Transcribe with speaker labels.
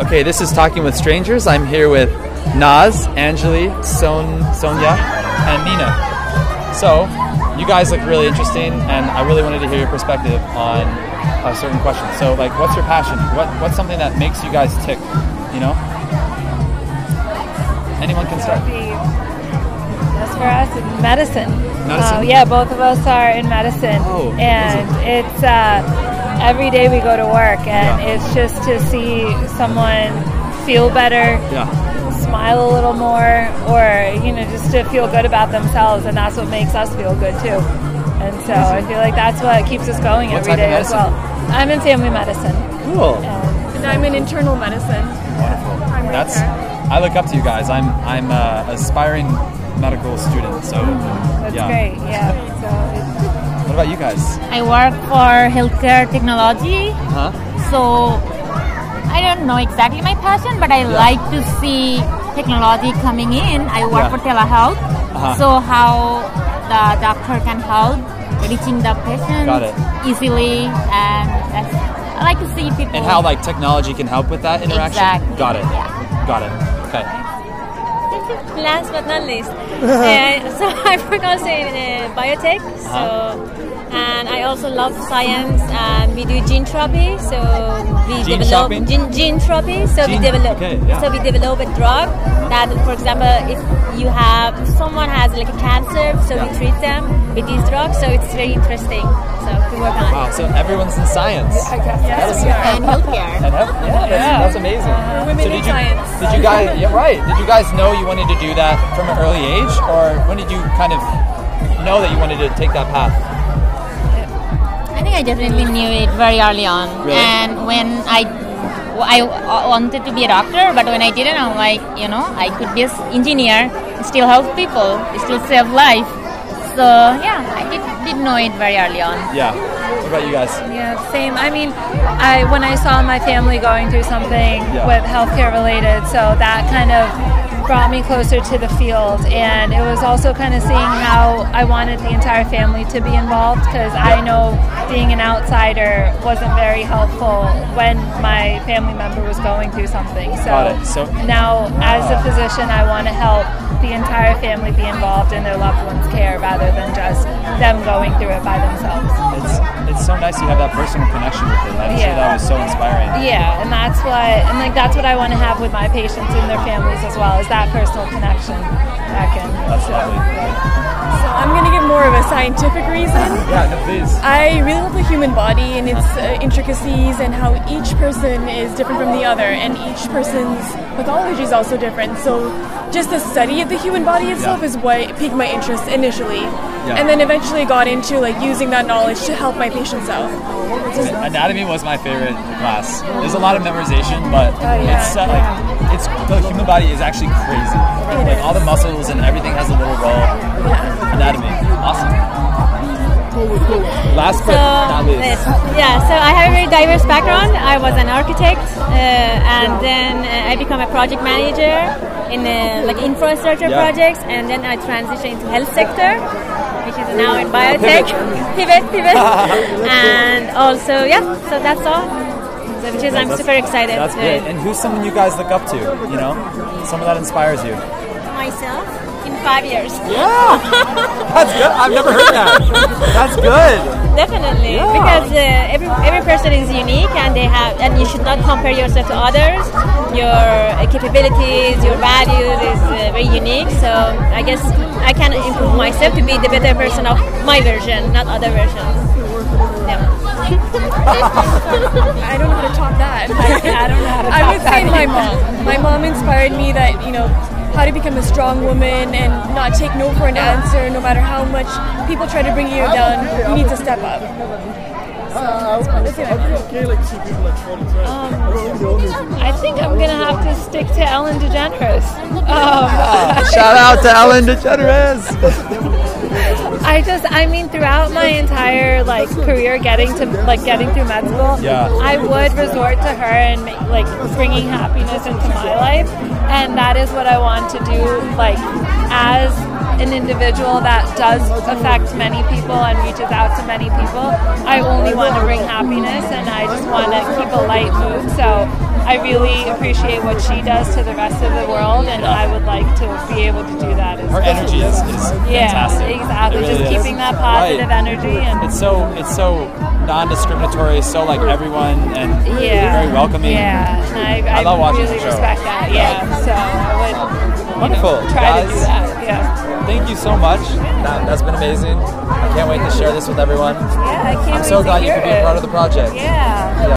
Speaker 1: Okay, this is Talking with Strangers. I'm here with Naz, Anjali, Son, Sonia, and Nina. So, you guys look really interesting, and I really wanted to hear your perspective on a certain question. So, like, what's your passion? What What's something that makes you guys tick? You know, anyone can start.
Speaker 2: That's for us in medicine.
Speaker 1: Medicine?
Speaker 2: Uh, yeah, both of us are in medicine,
Speaker 1: Oh,
Speaker 2: and it's uh, every day we go to work, and
Speaker 1: Yeah.
Speaker 2: it's just to see someone feel better,
Speaker 1: Yeah,
Speaker 2: smile a little more, or you know, just to feel good about themselves, and that's what makes us feel good too. And so I feel like that's what keeps us going
Speaker 1: What
Speaker 2: every
Speaker 1: type of
Speaker 2: day as
Speaker 1: medicine?
Speaker 2: well. I'm in family medicine.
Speaker 1: cool.
Speaker 2: And
Speaker 3: And I'm in internal medicine.
Speaker 1: Wonderful. That's I look up to you guys. I'm I'm a aspiring medical student. So
Speaker 2: that's
Speaker 1: yeah.
Speaker 2: great. Yeah. So it's
Speaker 1: What about you guys?
Speaker 4: I work for healthcare technology,
Speaker 1: Huh?
Speaker 4: so I don't know exactly my passion, but I like to see technology coming in. I work
Speaker 1: Yeah.
Speaker 4: for telehealth,
Speaker 1: Uh-huh.
Speaker 4: so how the doctor can help reaching the patient
Speaker 1: Got it.
Speaker 4: easily, and that's, I like to see people.
Speaker 1: And how like technology can help with that interaction?
Speaker 4: Exactly.
Speaker 1: Got it.
Speaker 4: Yeah.
Speaker 1: Got it. Okay.
Speaker 5: Last but not least, uh, so I work also in uh, biotech.
Speaker 1: Uh-huh.
Speaker 5: So, and I also love science, and we do gene therapy. So we
Speaker 1: Gene
Speaker 5: develop
Speaker 1: shopping?
Speaker 5: gene, gene therapy. So
Speaker 1: Gene-
Speaker 5: we develop.
Speaker 1: okay, yeah.
Speaker 5: So we develop a drug that, for example, if you have if someone has like a cancer, so we
Speaker 1: Yeah.
Speaker 5: treat them with these drugs. So it's very interesting. So we work on. it.
Speaker 1: Wow. So everyone's in science. I guess.
Speaker 4: and healthcare.
Speaker 1: And ev- yeah, that's, that's amazing.
Speaker 3: women in
Speaker 1: did you,
Speaker 3: science.
Speaker 1: Did you guys? Yeah, right. Did you guys know you wanted to do that from an early age, or when did you kind of know that you wanted to take that path?
Speaker 4: I think I definitely knew it very early on.
Speaker 1: Really?
Speaker 4: And when I, I wanted to be a doctor, but when I didn't, I'm like, you know, I could be an engineer, still help people, still save life. So yeah, I did, did know it very early on.
Speaker 1: Yeah. What about you guys?
Speaker 2: Yeah, same. I mean, I when I saw my family going through something
Speaker 1: Yeah.
Speaker 2: with healthcare related, so that kind of brought me closer to the field, and it was also kind of seeing how I wanted the entire family to be involved because I know being an outsider wasn't very helpful when my family member was going through something.
Speaker 1: Got
Speaker 2: So,
Speaker 1: it. So- Ah.
Speaker 2: now, as a physician, I want to help the entire family be involved in their loved one's care rather than just them going through it by themselves.
Speaker 1: It's it's so nice you have that personal connection with them. I'm sure
Speaker 2: Yeah.
Speaker 1: that was so inspiring.
Speaker 2: Yeah, and that's what, and like that's what I want to have with my patients and their families as well is that personal connection back in.
Speaker 1: That's lovely.
Speaker 3: So I'm going to give more of a scientific reason.
Speaker 1: Yeah, no, please.
Speaker 3: I really love the human body and its uh, intricacies and how each person is different from the other, and each person's pathology is also different. So, just the study of the human body itself
Speaker 1: Yeah.
Speaker 3: is what piqued my interest initially,
Speaker 1: Yeah.
Speaker 3: and then eventually got into like using that knowledge to help my patients out.
Speaker 1: Anatomy was my favorite class. There's a lot of memorization, but
Speaker 2: Oh,
Speaker 3: yeah,
Speaker 1: it's uh, like it's the human body is actually crazy. like all the muscles and everything has a little role. Anatomy, awesome. Last but not least,
Speaker 5: yes. yeah, so I have a very diverse background. I was an architect, uh, and then uh, I become a project manager in uh, like infrastructure
Speaker 1: Yeah.
Speaker 5: projects, and then I transitioned into health sector, which is now in biotech. Pivot, pivot, and also yeah. So that's all. So, which is I'm
Speaker 1: That's-
Speaker 5: super excited.
Speaker 1: That's
Speaker 5: to-
Speaker 1: great. And who's someone you guys look up to? You know, someone that inspires you.
Speaker 5: Myself in five years,
Speaker 2: Ah!
Speaker 1: That's good. I've never heard that. That's good.
Speaker 5: definitely,
Speaker 1: Yeah.
Speaker 5: because uh, every every person is unique, and they have, and you should not compare yourself to others. Your uh, capabilities, your values is uh, very unique. So I guess I can improve myself to be the better version of my version, not other versions. Yeah.
Speaker 3: I don't know how to top that. I don't know how to top I would say my mom. My mom inspired me that, you know, how to become a strong woman and not take no for an answer no matter how much people try to bring you down. You need to step up.
Speaker 2: I think I'm gonna have to stick to Ellen DeGeneres. Um,
Speaker 1: Shout out to Ellen DeGeneres.
Speaker 2: I just, I mean, throughout my entire like career, getting to like getting through med school,
Speaker 1: Yeah.
Speaker 2: I would resort to her and ma- like bringing happiness into my life, and that is what I want to do. Like as an individual that does affect many people and reaches out to many people, I only want to bring happiness, and I just want to keep a light mood. So. I really appreciate what she does to the rest of the world, and I would like to be able to do that. As
Speaker 1: Her energy is, is
Speaker 2: yeah,
Speaker 1: fantastic. It
Speaker 2: exactly.
Speaker 1: really
Speaker 2: Just
Speaker 1: is.
Speaker 2: keeping that positive
Speaker 1: Right.
Speaker 2: energy and
Speaker 1: It's so it's so non-discriminatory, so like everyone and
Speaker 2: yeah,
Speaker 1: very welcoming.
Speaker 2: Yeah, and I, I,
Speaker 1: love watching
Speaker 2: really
Speaker 1: the show.
Speaker 2: respect that. Yeah, so I would you know,
Speaker 1: Wonderful.
Speaker 2: try to do
Speaker 1: Guys.
Speaker 2: that. Yeah,
Speaker 1: Thank you so much. That, that's been amazing. I can't wait to share this with everyone.
Speaker 2: yeah. I can't
Speaker 1: I'm so
Speaker 2: wait to
Speaker 1: glad you
Speaker 2: hear
Speaker 1: could be
Speaker 2: it.
Speaker 1: a part of the project.
Speaker 2: Yeah.
Speaker 1: Yeah.